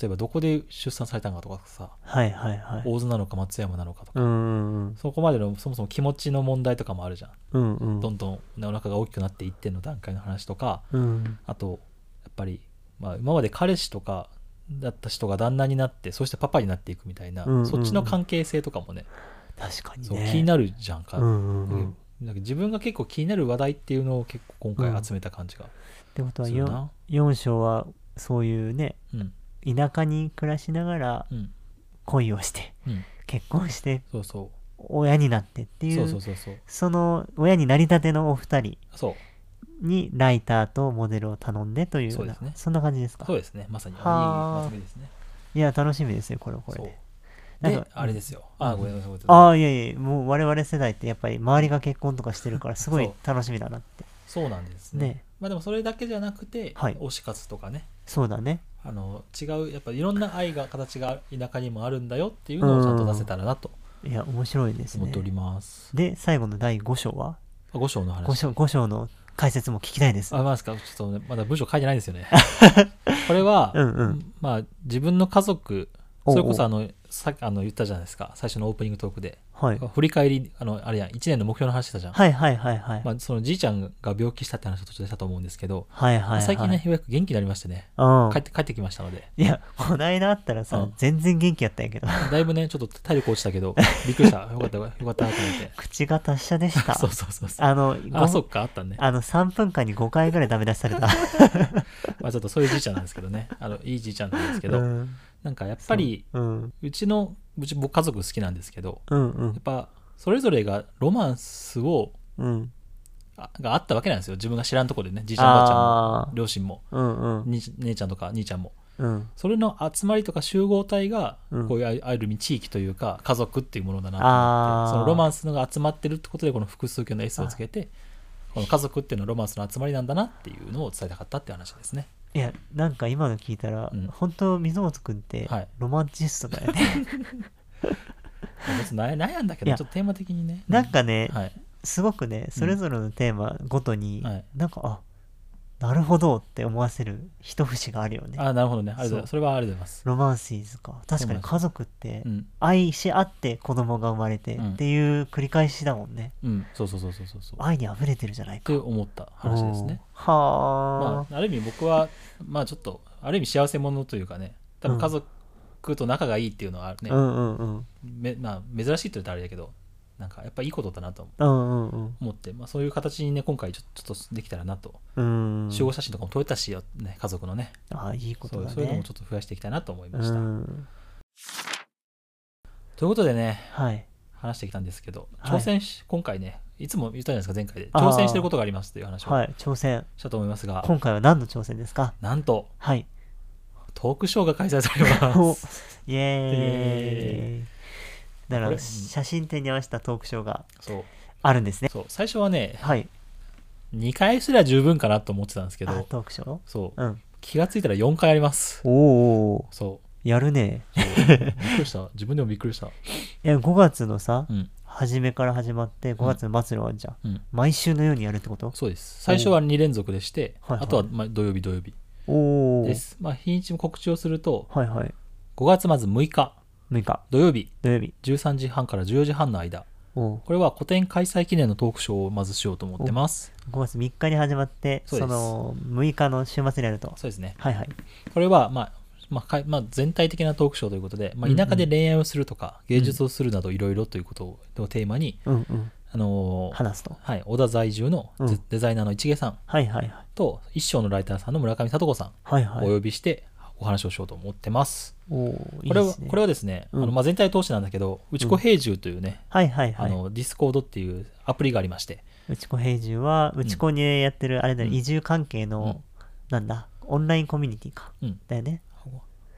Speaker 2: 例えばどこで出産されたのかとかさ
Speaker 3: はいはいはい
Speaker 2: 大津なのか松山なのかとか、
Speaker 3: うんうん
Speaker 2: そこまでのそもそも気持ちの問題とかもあるじゃん、
Speaker 3: うんうん
Speaker 2: どんどんお腹が大きくなっていっての段階の話とか
Speaker 3: うん
Speaker 2: あとやっぱり、まあ、今まで彼氏とかだった人が旦那になってそしてパパになっていくみたいな、
Speaker 3: うんうんうん
Speaker 2: そっちの関係性とかもね
Speaker 3: 確かに
Speaker 2: そう
Speaker 3: ね
Speaker 2: 気になるじゃんか、
Speaker 3: うんうんうん、
Speaker 2: うんなんか自分が結構気になる話題っていうのを結構今回集めた感じが
Speaker 3: ってことは
Speaker 2: する
Speaker 3: 4,
Speaker 2: な。
Speaker 3: 4章はそういうね
Speaker 2: うん
Speaker 3: 田舎に暮らしながら
Speaker 2: うん
Speaker 3: 恋をして
Speaker 2: うん、
Speaker 3: 結婚して
Speaker 2: そうそ
Speaker 3: 親になってって
Speaker 2: う
Speaker 3: いう
Speaker 2: そうそうそうそう
Speaker 3: その親になりたてのお二人
Speaker 2: そう
Speaker 3: にライターとモデルを頼んでというような
Speaker 2: そうですね
Speaker 3: んな感じですか
Speaker 2: そうですねまさにいい
Speaker 3: はあ
Speaker 2: まとめですね
Speaker 3: いや楽しみですよこれはこれ
Speaker 2: そう
Speaker 3: でなん
Speaker 2: で
Speaker 3: か
Speaker 2: あれですよあごめんなさいごめんなさい
Speaker 3: ああいやいやもう我々世代ってやっぱり周りが結婚とかしてるからすごい
Speaker 2: そう
Speaker 3: 楽しみだなって
Speaker 2: そうなんですね
Speaker 3: ね
Speaker 2: まあでもそれだけじゃなくて、
Speaker 3: はい
Speaker 2: 推し活とかね
Speaker 3: そうだね
Speaker 2: あの違うやっぱいろんな愛が形が田舎にもあるんだよっていうのをちゃんと出せたらなと
Speaker 3: いや面白いです
Speaker 2: 思っ
Speaker 3: ね
Speaker 2: ております、
Speaker 3: で最後の第5章は
Speaker 2: あ五章の
Speaker 3: 5
Speaker 2: 話
Speaker 3: 章 ,5 章の解説も聞きたいです
Speaker 2: あまあですかちょっとね、まだ文章書いてないんです よねこれは、
Speaker 3: うんうん
Speaker 2: まあ自分の家族
Speaker 3: おう
Speaker 2: そ
Speaker 3: おう
Speaker 2: れこそあのさあの言ったじゃないですか最初のオープニングトークで
Speaker 3: はい
Speaker 2: 振り返りあのあれやん1年の目標の話したじゃん、
Speaker 3: はいはいはいはい、
Speaker 2: まあ、そのじいちゃんが病気したって話を途中でしたと思うんですけど、
Speaker 3: はいはいはい
Speaker 2: 最近ねようやく元気になりましてね
Speaker 3: うん
Speaker 2: 帰って帰ってきましたので
Speaker 3: いやこないだあったらさ、
Speaker 2: うん
Speaker 3: 全然元気やったんやけど
Speaker 2: だいぶねちょっと体力落ちたけどびっくりしたよかったよかったと思って
Speaker 3: 口が達者でした
Speaker 2: そうそうそうそう
Speaker 3: あの
Speaker 2: あ
Speaker 3: ご
Speaker 2: そっかあったね
Speaker 3: あの3分間に5回ぐらいダメ出しされた
Speaker 2: まあちょっとそういうじいちゃんなんですけどねあのいいじいちゃんなん ですけど、
Speaker 3: うん
Speaker 2: なんかやっぱり
Speaker 3: うん
Speaker 2: うちのうち僕家族好きなんですけど
Speaker 3: うんう
Speaker 2: や
Speaker 3: ん
Speaker 2: っぱそれぞれがロマンスを
Speaker 3: うん
Speaker 2: あがあったわけなんですよ自分が知らんところでねじいちゃんばあちゃんも
Speaker 3: あー
Speaker 2: 両親も
Speaker 3: うんうん
Speaker 2: に姉ちゃんとか兄ちゃんも
Speaker 3: うん
Speaker 2: それの集まりとか集合体が
Speaker 3: うん
Speaker 2: こういうあいある意味地域というか家族っていうものだなと思
Speaker 3: あ
Speaker 2: っ
Speaker 3: ー
Speaker 2: てそのロマンスのが集まってるってことでこの複数形の S をつけてこの家族っていうのはロマンスの集まりなんだなっていうのを伝えたかったっていう話ですね
Speaker 3: いやなんか今の聞いたら、
Speaker 2: うん
Speaker 3: 本当水本君って
Speaker 2: はい
Speaker 3: ロマンチストだよね、
Speaker 2: 別に悩悩んだけど
Speaker 3: いや
Speaker 2: ちょっとテーマ的にね
Speaker 3: なんかね、
Speaker 2: はい
Speaker 3: すごくねそれぞれのテーマごとに、
Speaker 2: はい
Speaker 3: なんかあなるほどって思わせる一節があるよね
Speaker 2: あなるほどねありがと
Speaker 3: そ
Speaker 2: うございま
Speaker 3: う
Speaker 2: すそれはありがとうございます
Speaker 3: ロマンシーズか確かに家族って
Speaker 2: うん
Speaker 3: 愛し合って子供が生まれて
Speaker 2: うん
Speaker 3: っていう繰り返しだもんね、
Speaker 2: うんそうそうそうそうそうそうっ
Speaker 3: 愛に溢れてるじゃないか
Speaker 2: て思った話ですね
Speaker 3: うんは
Speaker 2: ま
Speaker 3: あ、
Speaker 2: あ、ある意味僕は、まあちょっと、ある意味幸せ者というかね、多分家族と仲がいいっていうのはね、
Speaker 3: うんうんうん
Speaker 2: めまあ、珍しいと言ったらあれだけど、なんかやっぱいいことだなと
Speaker 3: うんうんうん
Speaker 2: 思って、まあ、そういう形にね、今回ちょちょっとできたらなと、
Speaker 3: うん
Speaker 2: 集合写真とかも撮れたしよ、ね、家族のね
Speaker 3: ああいいこ
Speaker 2: そ
Speaker 3: と
Speaker 2: う
Speaker 3: だね
Speaker 2: そういうのもちょっと増やしていきたいなと思いま
Speaker 3: う
Speaker 2: した。
Speaker 3: ん
Speaker 2: ということでね、
Speaker 3: はい
Speaker 2: 話してきたんですけど、
Speaker 3: はい
Speaker 2: 挑戦し、今回ね、いつも言ったじゃないですか、前回で、
Speaker 3: あー
Speaker 2: 挑戦してることがありますという話を
Speaker 3: はい挑戦
Speaker 2: したと思いますが、
Speaker 3: 今回は何の挑戦ですか
Speaker 2: なんと、
Speaker 3: はい
Speaker 2: トークショーが開催されま
Speaker 3: お
Speaker 2: す。
Speaker 3: イエーイだか
Speaker 2: こ
Speaker 3: ら
Speaker 2: れうん
Speaker 3: 写真展に合わせたトークショーが
Speaker 2: そう
Speaker 3: あるんですね
Speaker 2: そう最初はね、
Speaker 3: はい
Speaker 2: 2回すら十分かなと思ってたんですけ
Speaker 3: あ
Speaker 2: ど、
Speaker 3: トークショー
Speaker 2: そう、
Speaker 3: うん
Speaker 2: 気がついたら4回あります。
Speaker 3: おお
Speaker 2: そ
Speaker 3: やるね
Speaker 2: う。そうびっくりした。自分でもびっくりした。
Speaker 3: いや5月のさ、
Speaker 2: うん。
Speaker 3: 初めから始まって5月の末のあるじゃん、
Speaker 2: うん。
Speaker 3: 毎週のようにやるってこと
Speaker 2: そうです。最初は2連続でして、
Speaker 3: はいはい
Speaker 2: あとはまあ土曜日、土曜日
Speaker 3: おお
Speaker 2: です。まあ、日にちも告知をすると、
Speaker 3: はいはい
Speaker 2: 5月まず6日、
Speaker 3: 6日
Speaker 2: 土曜日、
Speaker 3: 土曜日
Speaker 2: 13時半から14時半の間、
Speaker 3: お
Speaker 2: これは個展開催記念のトークショーをまずしようと思ってます。
Speaker 3: 5月3日に始まって
Speaker 2: そ
Speaker 3: そう
Speaker 2: です
Speaker 3: の6日の週末にやると
Speaker 2: そうですね。
Speaker 3: はいはい
Speaker 2: これは、まあ、まあかいまあ、全体的なトークショーということで、ま
Speaker 3: うんう
Speaker 2: あ、
Speaker 3: ん
Speaker 2: 田舎で恋愛をするとか、芸術をするなどいろいろということをテーマに、
Speaker 3: うんうん
Speaker 2: あのー
Speaker 3: 話すと
Speaker 2: はい、小田在住のデ,、
Speaker 3: うん
Speaker 2: ザイナーの市毛さん
Speaker 3: はいはいはい
Speaker 2: と一生のライターさんの村上聡子さん
Speaker 3: はい
Speaker 2: をお
Speaker 3: はい
Speaker 2: 呼びしてお話をしようと思ってます。
Speaker 3: おおいい
Speaker 2: これ
Speaker 3: で
Speaker 2: は
Speaker 3: すね
Speaker 2: これはですね、
Speaker 3: うん
Speaker 2: あのまあ、全体通してなんだけど、内子平住というね、
Speaker 3: はいはいは
Speaker 2: あ
Speaker 3: い
Speaker 2: のディスコードっていうアプリがありまして、
Speaker 3: 内子平住は内子にやってるあれだね、
Speaker 2: うん
Speaker 3: 移住関係のなんだ、オンラインコミュニティか。
Speaker 2: うん
Speaker 3: だよね。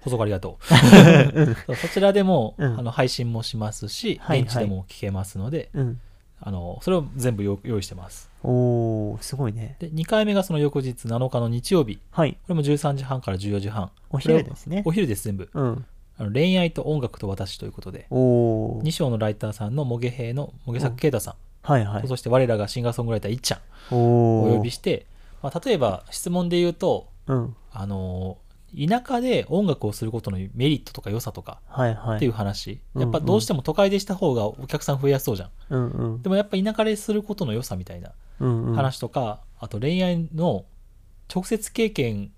Speaker 2: 補足あり がとう。そうそちらでも、
Speaker 3: うん
Speaker 2: あの配信もしますし、
Speaker 3: はいはい
Speaker 2: 現地でも聞けますので、
Speaker 3: うん。
Speaker 2: あのそれを全部用用意してます。
Speaker 3: おー、すごいね。
Speaker 2: で、2回目がその翌日7日の日曜日。
Speaker 3: はい。
Speaker 2: これも13時半から14時半。
Speaker 3: お昼ですね
Speaker 2: これをお昼です、全部。
Speaker 3: うん。
Speaker 2: あの恋愛と音楽と私ということで、
Speaker 3: お
Speaker 2: 2
Speaker 3: ー。
Speaker 2: 章のライターさんのモゲ兵のモゲ作慶太さん、
Speaker 3: はいはい。
Speaker 2: そして我らがシンガーソングライターいっちゃんを
Speaker 3: おー。
Speaker 2: お呼びして、まあ、例えば質問で言うと、
Speaker 3: うん。
Speaker 2: あのー田舎で音楽をすることのメリットとか良さとか
Speaker 3: はいはい。
Speaker 2: っていう話、
Speaker 3: うん
Speaker 2: やっぱどうしても都会でした方がお客さん増えやすそうじゃん。
Speaker 3: うんうん。
Speaker 2: でもやっぱ田舎ですることの良さみたいな
Speaker 3: うんうん。
Speaker 2: 話とか、あと恋愛の直接経験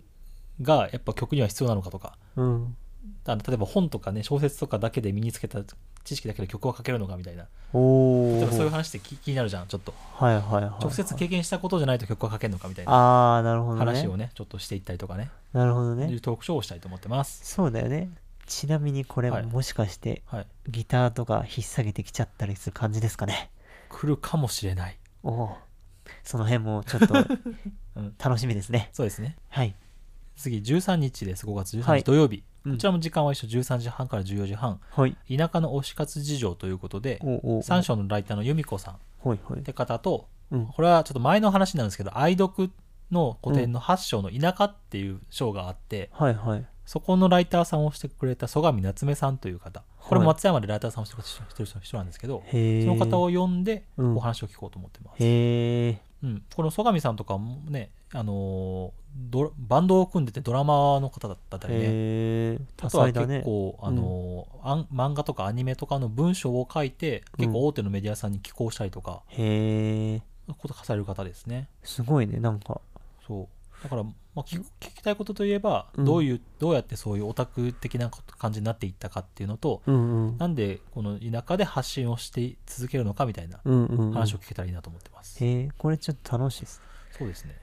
Speaker 2: がやっぱ曲には必要なのかとか、
Speaker 3: うん。
Speaker 2: あの例えば本とかね小説とかだけで身につけた知識だけで曲は書けるのかみたいな
Speaker 3: おー。
Speaker 2: でもそういう話ってき気になるじゃんちょっと
Speaker 3: はいはいはい。
Speaker 2: 直接経験したことじゃないと曲は書けるのかみたいな
Speaker 3: あー、なるほどね。
Speaker 2: 話をねちょっとしていったりとかね
Speaker 3: なるほど
Speaker 2: い
Speaker 3: ね
Speaker 2: う。トークショーをしたいと思ってます
Speaker 3: そうだよね。ちなみにこれ
Speaker 2: はい
Speaker 3: もしかして
Speaker 2: はい
Speaker 3: ギターとか引っ提げてきちゃったりする感じですかね。
Speaker 2: 来るかもしれない
Speaker 3: おおー。その辺もち ょっと
Speaker 2: うん
Speaker 3: 楽しみですね。
Speaker 2: そうですね
Speaker 3: はい。
Speaker 2: 次13日です5月13日、
Speaker 3: はい
Speaker 2: 土曜日
Speaker 3: うん
Speaker 2: こちらも時間は一緒13時半から14時半
Speaker 3: はい。
Speaker 2: 田舎の推し活事情ということで
Speaker 3: おーおー。
Speaker 2: 三章のライターの由美子さんっ
Speaker 3: はいはい。
Speaker 2: て方と
Speaker 3: うん。
Speaker 2: これはちょっと前の話なんですけど愛読の古典の8章の田舎っていう章があって、
Speaker 3: はいはい。
Speaker 2: そこのライターさんをしてくれた曽上夏目さんという方、これも松山でライターさんをしてくれてる人人なんですけど、
Speaker 3: へえ。
Speaker 2: その方を呼んで
Speaker 3: うん
Speaker 2: お話を聞こうと思ってます。
Speaker 3: へえ。
Speaker 2: うん、この曽上さんとかもね、あのードラバンドを組んでてドラマーの方だったりね、
Speaker 3: へえ。多
Speaker 2: あとは
Speaker 3: 彩だ
Speaker 2: 結
Speaker 3: ね。
Speaker 2: 構、あのーあん漫画とかアニメとかの文章を書いて、結構大手のメディアさんに寄稿したりとか、
Speaker 3: へえ。
Speaker 2: ことされる方ですね。
Speaker 3: すごいね、なんか。
Speaker 2: そうだから、まあ、聞く聞きたいことといえば、
Speaker 3: うん
Speaker 2: どういうどうやってそういうオタク的なこと感じになっていったかっていうのと、
Speaker 3: うんうん。
Speaker 2: なんでこの田舎で発信をして続けるのかみたいな
Speaker 3: うんうんうん。
Speaker 2: 話を聞けたらいいなと思ってます。
Speaker 3: へえ、これちょっと楽しいです。
Speaker 2: そうですね。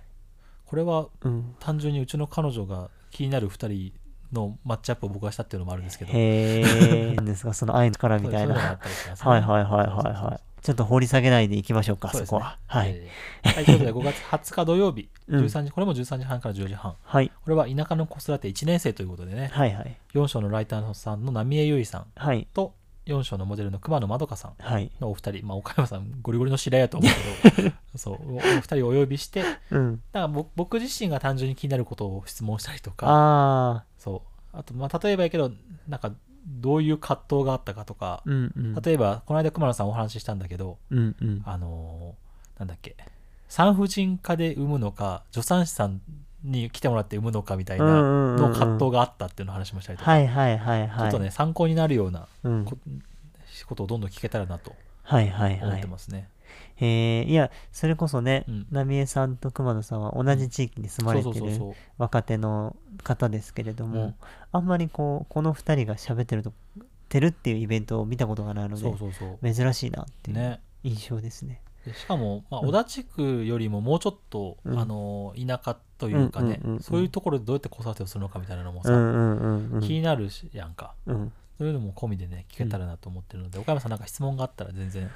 Speaker 2: これは
Speaker 3: うん。
Speaker 2: 単純にうちの彼女が気になる2人のマッチアップを僕がしたっていうのもあるんですけど、
Speaker 3: へえ、 なんですか、その愛の力みたいな。
Speaker 2: そううのがあ
Speaker 3: は
Speaker 2: ったりします
Speaker 3: い
Speaker 2: ね
Speaker 3: はいはいはいはい。ちょっと掘り下げないでいきましょうか、
Speaker 2: そう
Speaker 3: そ
Speaker 2: です
Speaker 3: こ
Speaker 2: ね
Speaker 3: は。はい。
Speaker 2: えーはいということで5月20日土曜日、
Speaker 3: うん
Speaker 2: 13時、これも13時半から14時半。
Speaker 3: はい。
Speaker 2: これは田舎の子育て1年生ということでね、
Speaker 3: はいはい。
Speaker 2: 4章のライターさんの浪江結衣さん
Speaker 3: はい。
Speaker 2: と、4章のモデルの熊野まどかさん
Speaker 3: はい。
Speaker 2: のお二人、まあ、岡山さん、ゴリゴリの知り合いやと思う けど、そうおお二人をお呼びして、
Speaker 3: うん。
Speaker 2: だから僕僕自身が単純に気になることを質問したりとか
Speaker 3: ああ。
Speaker 2: そうあと、まあ、例えばやけどなんかどういう葛藤があったかとか、
Speaker 3: うんうん。
Speaker 2: 例えばこの間熊野さんお話ししたんだけど
Speaker 3: うんうん。
Speaker 2: あのーなんだっけ産婦人科で産むのか助産師さんに来てもらって産むのかみたいな
Speaker 3: うんうんうんうん
Speaker 2: の葛藤があったっていうのを話もしたりとか、
Speaker 3: はいはいはいはい。
Speaker 2: ちょっとね参考になるような
Speaker 3: うん。
Speaker 2: こことをどんどん聞けたらなと
Speaker 3: はいはい
Speaker 2: 思
Speaker 3: は
Speaker 2: って
Speaker 3: い。
Speaker 2: ますね、
Speaker 3: へえ、いや、それこそね
Speaker 2: うん、
Speaker 3: 浪江さんと熊野さんは同じ地域に住まれ
Speaker 2: そう
Speaker 3: て
Speaker 2: そうそう
Speaker 3: る
Speaker 2: そう
Speaker 3: 若手の方ですけれど
Speaker 2: うん
Speaker 3: も、あんまりこう、この二人が喋ってると、てるっていうイベントを見たことがないの
Speaker 2: そう
Speaker 3: で、
Speaker 2: そうそ
Speaker 3: 珍しいなって
Speaker 2: う
Speaker 3: いう
Speaker 2: ね
Speaker 3: 印象ですね。
Speaker 2: でしかも、まあ、
Speaker 3: うん
Speaker 2: 小田地区よりももうちょっと、
Speaker 3: うん
Speaker 2: あの田舎というかね、
Speaker 3: うんうんうんうん
Speaker 2: そういうところでどうやって子育てをするのかみたいなのも
Speaker 3: う
Speaker 2: さ、
Speaker 3: んうんうんうん
Speaker 2: 気になるしやんか
Speaker 3: うん。
Speaker 2: そういうのも込みでね聞けたらなと思ってるので、岡山さんなんか質問があったら全然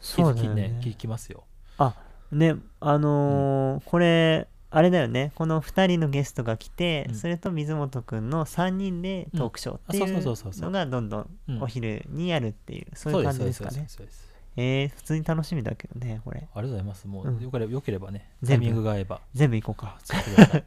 Speaker 3: そ
Speaker 2: 聞
Speaker 3: うだ
Speaker 2: き,、
Speaker 3: よ
Speaker 2: ね、聞
Speaker 3: ね。
Speaker 2: きますよ
Speaker 3: あ、ね、あのーこれ、あれだよね。この2人のゲストが来て、
Speaker 2: うん
Speaker 3: それと水本くんの3人でトークショーってい
Speaker 2: うんあそうそうそう
Speaker 3: う
Speaker 2: そう
Speaker 3: のがどんど
Speaker 2: うんん
Speaker 3: お昼にやるっていう、そういう感じですか
Speaker 2: そう
Speaker 3: ね
Speaker 2: で。すそうですそうです
Speaker 3: えー、普通に楽しみだけどね、これ。
Speaker 2: ありがとうございますもう、
Speaker 3: うん
Speaker 2: よければよければねタイ
Speaker 3: 全部
Speaker 2: ミングが合えば
Speaker 3: 全部行こうか。
Speaker 2: 使ってく ださいっ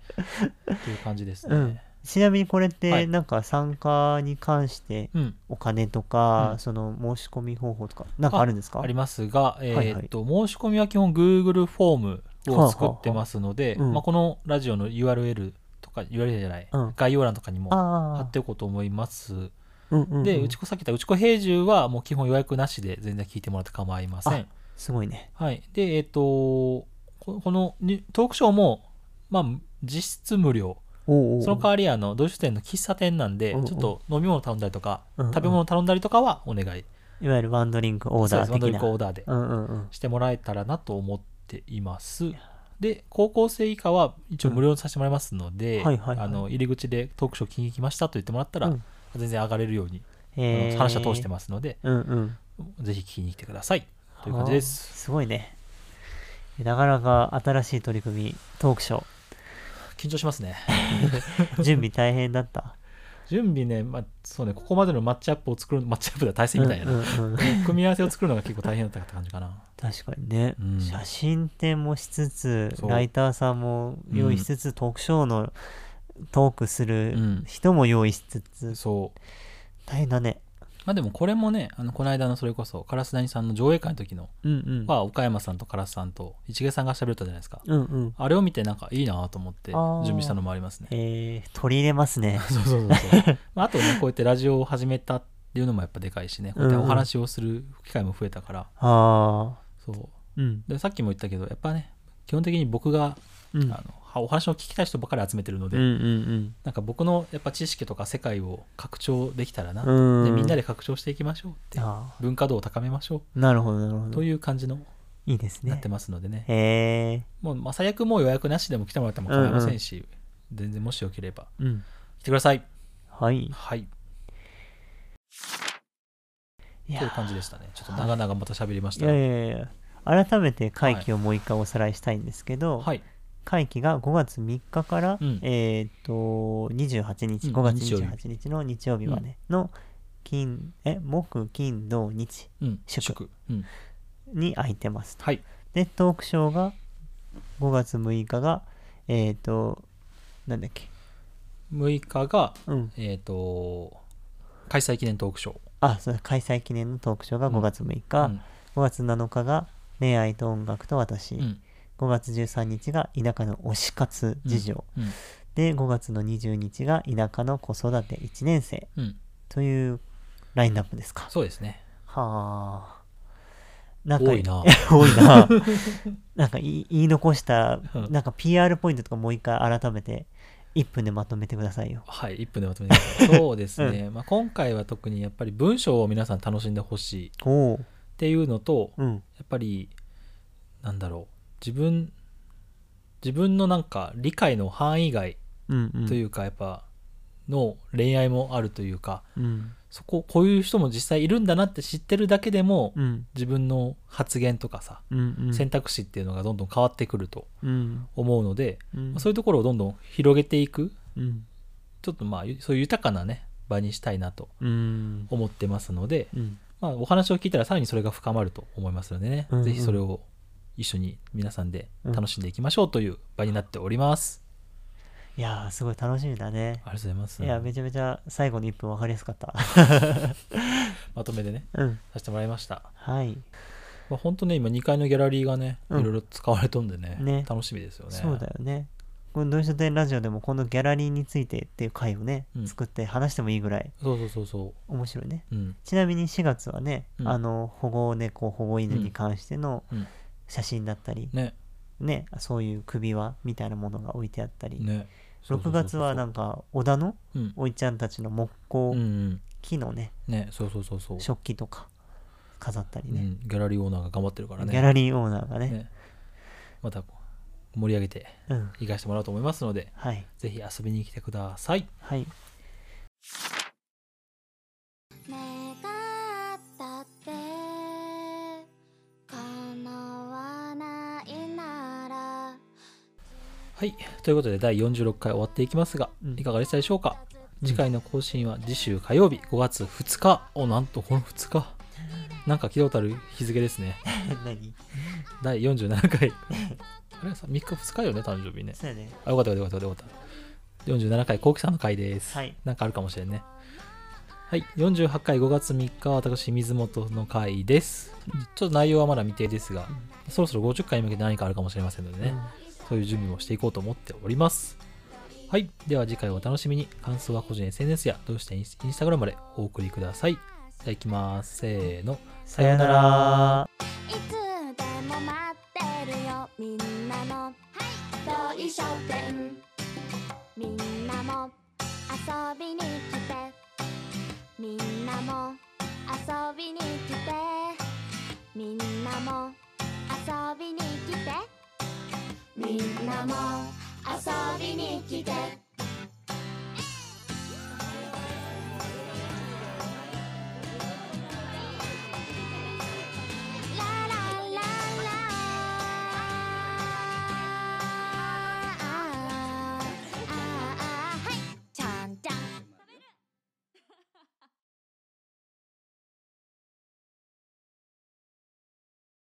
Speaker 2: ていう感じです
Speaker 3: う
Speaker 2: ね、
Speaker 3: ん。ちなみにこれっ
Speaker 2: は
Speaker 3: て、
Speaker 2: い
Speaker 3: なんか参加に関して、
Speaker 2: うん
Speaker 3: お金とか、
Speaker 2: うん
Speaker 3: その申し込み方法とか、なんかあるんですか
Speaker 2: ありますが、え
Speaker 3: はいはい
Speaker 2: ーっと申し込みは基本 Google フォームを作ってますので、
Speaker 3: はあはあはあうん
Speaker 2: まあ、このラジオの URL とか URL じゃない、
Speaker 3: うん
Speaker 2: 概要欄とかにも貼
Speaker 3: あ
Speaker 2: っておこうと思います。
Speaker 3: あ、うんうんうん
Speaker 2: で、うちこさっき言ったうちこ平住はもう基本予約なしで全然聞いてもらって構いません。
Speaker 3: すごいね。
Speaker 2: はい、で、えーっとこ、このにトークショーも、まあ、実質無料。
Speaker 3: おうおう
Speaker 2: その代わり、あの、ドイツ店の喫茶店なんで、
Speaker 3: うんうん
Speaker 2: ちょっと飲み物頼んだりとか、
Speaker 3: うんうん
Speaker 2: 食べ物頼んだりとかはお願い。
Speaker 3: いわゆるワンドリンクオー
Speaker 2: そ
Speaker 3: ダ
Speaker 2: うで
Speaker 3: ー
Speaker 2: すワンド
Speaker 3: 的
Speaker 2: リン
Speaker 3: な。
Speaker 2: クオーダーで。
Speaker 3: うんうんうん。
Speaker 2: してもらえたらなと思っています。で、高校生以下は一応無料にさせてもらいますので、
Speaker 3: うんはいはいはい
Speaker 2: あの入り口でトークショー聞きに来ましたと言ってもらったら、
Speaker 3: うん
Speaker 2: 全然上がれるように、あの
Speaker 3: えー、
Speaker 2: 話は通してますので、
Speaker 3: うんうん。
Speaker 2: ぜひ聞きに来てください。という感じです。
Speaker 3: あー。すごいね。なかなか新しい取り組み、トークショー。
Speaker 2: 緊張しますね。
Speaker 3: 準備大変だった。
Speaker 2: 準備ね、まあ、そうね、ここまでのマッチアップを作る、マッチアップでは対戦みたいな、
Speaker 3: うんうんうん
Speaker 2: 組み合わせを作るのが結構大変だったって感じかな。
Speaker 3: 確かにね、
Speaker 2: うん
Speaker 3: 写真展もしつつ
Speaker 2: そう
Speaker 3: ライターさんも用意しつつ、特賞のトークす
Speaker 2: う
Speaker 3: る
Speaker 2: ん
Speaker 3: 人も用意しつつ、
Speaker 2: そう。
Speaker 3: 大変だね
Speaker 2: まあでもこれもね、あのこの間のそれこそ、烏谷さんの上映会の時の
Speaker 3: うんうん
Speaker 2: は、岡山さんと烏さんと市毛さんが喋ったじゃないですか。
Speaker 3: うんうん
Speaker 2: あれを見て、なんかいいなと思って
Speaker 3: あー
Speaker 2: 準備したのもありますね。
Speaker 3: えー、取り入れますね
Speaker 2: そうそうそうそう。 まあ、あとね、こうやってラジオを始めたっていうのもやっぱでかいしね、こうやってお話をする機会も増えたから、
Speaker 3: ああ
Speaker 2: そ
Speaker 3: う
Speaker 2: う。
Speaker 3: ん
Speaker 2: でさっきも言ったけどやっぱね基本的に僕が、
Speaker 3: うんうん
Speaker 2: あのはお話を聞きたい人ばかり集めてるので、
Speaker 3: うん
Speaker 2: なんか僕のやっぱ知識とか世界を拡張できたらな、
Speaker 3: うん
Speaker 2: でみんなで拡張していきましょうって
Speaker 3: あ
Speaker 2: 文化度を高めましょ
Speaker 3: あなるほどなるほ
Speaker 2: う
Speaker 3: ど
Speaker 2: という感じの、
Speaker 3: いいです
Speaker 2: な
Speaker 3: ね
Speaker 2: ってますのでね
Speaker 3: へえ
Speaker 2: もう、まあ、最悪もう予約なしでも来てもらっても構いませんし、全然もしよければ
Speaker 3: うん
Speaker 2: 来てください
Speaker 3: はい
Speaker 2: はい
Speaker 3: い
Speaker 2: という
Speaker 3: や
Speaker 2: 感じでしたねちょっと長々また喋りまし
Speaker 3: い
Speaker 2: たが
Speaker 3: やいやいや改めて会期をもう一回おさらいしたいんですけど、
Speaker 2: はい
Speaker 3: 会期が5月3日から、
Speaker 2: うん
Speaker 3: えっ、と28日
Speaker 2: うん
Speaker 3: 5月
Speaker 2: 日曜日
Speaker 3: 28日の日曜日までの金え木金土日
Speaker 2: うん
Speaker 3: 祝
Speaker 2: うん
Speaker 3: に空いてますと
Speaker 2: はい
Speaker 3: でトークショーが5月6日がえっ、となんだっけ
Speaker 2: 6日が
Speaker 3: うん
Speaker 2: えっ、と開催記念トークショー
Speaker 3: あそうだ開催記念のトークショーが5月6日、
Speaker 2: うん
Speaker 3: 5月7日が恋愛と音楽と私、
Speaker 2: うん
Speaker 3: 5月13日が田舎の推し活事情、
Speaker 2: うん
Speaker 3: で5月の20日が田舎の子育て1年生
Speaker 2: うん
Speaker 3: というラインナップですか。
Speaker 2: そうですね。
Speaker 3: はあ。な
Speaker 2: 多いな。
Speaker 3: 多い な。なんか言い言い残した
Speaker 2: う、ん
Speaker 3: なんか PR ポイントとかもう一回改めて1分でまとめてくださいよ。
Speaker 2: はい、1分でまとめてくだ さいそうですね、まあ、今回は特にやっぱり文章を皆さん楽しんでほしいっ
Speaker 3: おお。
Speaker 2: ていうのと、や
Speaker 3: うん。
Speaker 2: っぱり、なんだろう、自分、自分のなんか理解の範囲外
Speaker 3: うんうん。。
Speaker 2: といううか、やっぱ、の恋愛もあるというか、
Speaker 3: うん。
Speaker 2: そこ、こういう人も実際いるんだなって知ってるだけでも、
Speaker 3: うん。
Speaker 2: 自分の発言とかさ、
Speaker 3: うんうん。
Speaker 2: 選択肢っていうのがどんどん変わってくると
Speaker 3: うん。
Speaker 2: 思うので、
Speaker 3: うん
Speaker 2: まあそういうところをどんどん広げていく、
Speaker 3: うん。
Speaker 2: ちょっとまあ、そういう豊かなね、場にしたいなと
Speaker 3: うん。
Speaker 2: 思ってますので、
Speaker 3: うん。
Speaker 2: まあ、お話を聞いたらさらにそれが深まると思いますのでね、
Speaker 3: うんうん
Speaker 2: ぜひそれを一緒に皆さんで楽しんでいきましょうという場になっております。
Speaker 3: いやー、すごい楽しみだね。
Speaker 2: ありがとうございます。
Speaker 3: いや、めちゃめちゃ最後の1分分かりやすかった。
Speaker 2: まとめでね、
Speaker 3: うん。
Speaker 2: させてもらいました。
Speaker 3: はい。
Speaker 2: まあ、本当ね、今2階のギャラリーがね、い
Speaker 3: うん
Speaker 2: ろいろ使われとんでね、
Speaker 3: ね
Speaker 2: 楽しみですよね。
Speaker 3: そうだよね。この「どうしようてラジオ」でもこのギャラリーについてっていう回をね、
Speaker 2: うん
Speaker 3: 作って話してもいいぐらい
Speaker 2: そうそうそうそ
Speaker 3: 面白いね。
Speaker 2: う。うん。
Speaker 3: ちなみに4月はね、
Speaker 2: うん
Speaker 3: あの保護猫保護犬に関しての
Speaker 2: うん
Speaker 3: 写真だったり、
Speaker 2: ね、
Speaker 3: ねそういう首輪みたいなものが置いてあったり、
Speaker 2: ね。
Speaker 3: 6月はなん
Speaker 2: か、
Speaker 3: か織田の
Speaker 2: うん。
Speaker 3: おいちゃんたちの木
Speaker 2: うん、
Speaker 3: 工、
Speaker 2: うん。
Speaker 3: 木のね
Speaker 2: ね、そうそうそうそう。
Speaker 3: 食器とか飾ったり
Speaker 2: う
Speaker 3: ね,、
Speaker 2: ん、ギャラリーオーナーが頑張ってるからね。
Speaker 3: ギャラリーオーナーがね
Speaker 2: ねまた盛り上げて
Speaker 3: うん
Speaker 2: いかしてもらおうと思いますので、
Speaker 3: はい
Speaker 2: ぜひ遊びに来てください。
Speaker 3: はい
Speaker 1: 願ったって叶わないなら
Speaker 2: はい、ということで第46回終わっていきますが、
Speaker 3: うん
Speaker 2: いかがでしたでしょうか、
Speaker 3: うん
Speaker 2: 次回の更新は次週火曜日5月2日おなんとこの2日なんか聞いたことある日付ですね
Speaker 3: 何
Speaker 2: 第47回 あれさ3日2日よね誕生日ね
Speaker 3: そうやね
Speaker 2: あよかったよかったよかったよかった47回こうきさんの回です、
Speaker 3: はい
Speaker 2: なんかあるかもしれんねはい48回5月3日は私水本の回ですちょっと内容はまだ未定ですが、そろそろ50回に向けて何かあるかもしれませんのでね、そういう準備もしていこうと思っております。はい。では次回をお楽しみに、感想は個人 SNS やどうしてインスインスタグラムまでお送りください。じゃあ行きます。せーの。
Speaker 3: さよなら
Speaker 1: いつでも待ってるよみんなの同意書店みんなも遊びに来てみんなも遊びに来てみんなも遊びに来てみんなも遊びに来て